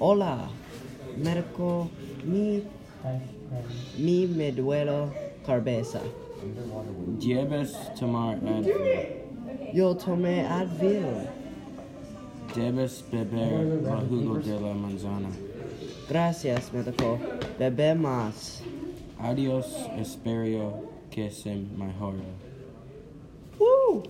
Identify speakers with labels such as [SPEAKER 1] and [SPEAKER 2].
[SPEAKER 1] Hola, Marco, mi, mi me duelo cabeza.
[SPEAKER 2] Debes tomar Advil.
[SPEAKER 1] Yo tomé Advil.
[SPEAKER 2] Debes beber jugo de la manzana.
[SPEAKER 1] Gracias, médico. Bebe más.
[SPEAKER 2] Adios, espero que se mejore.
[SPEAKER 1] Woo!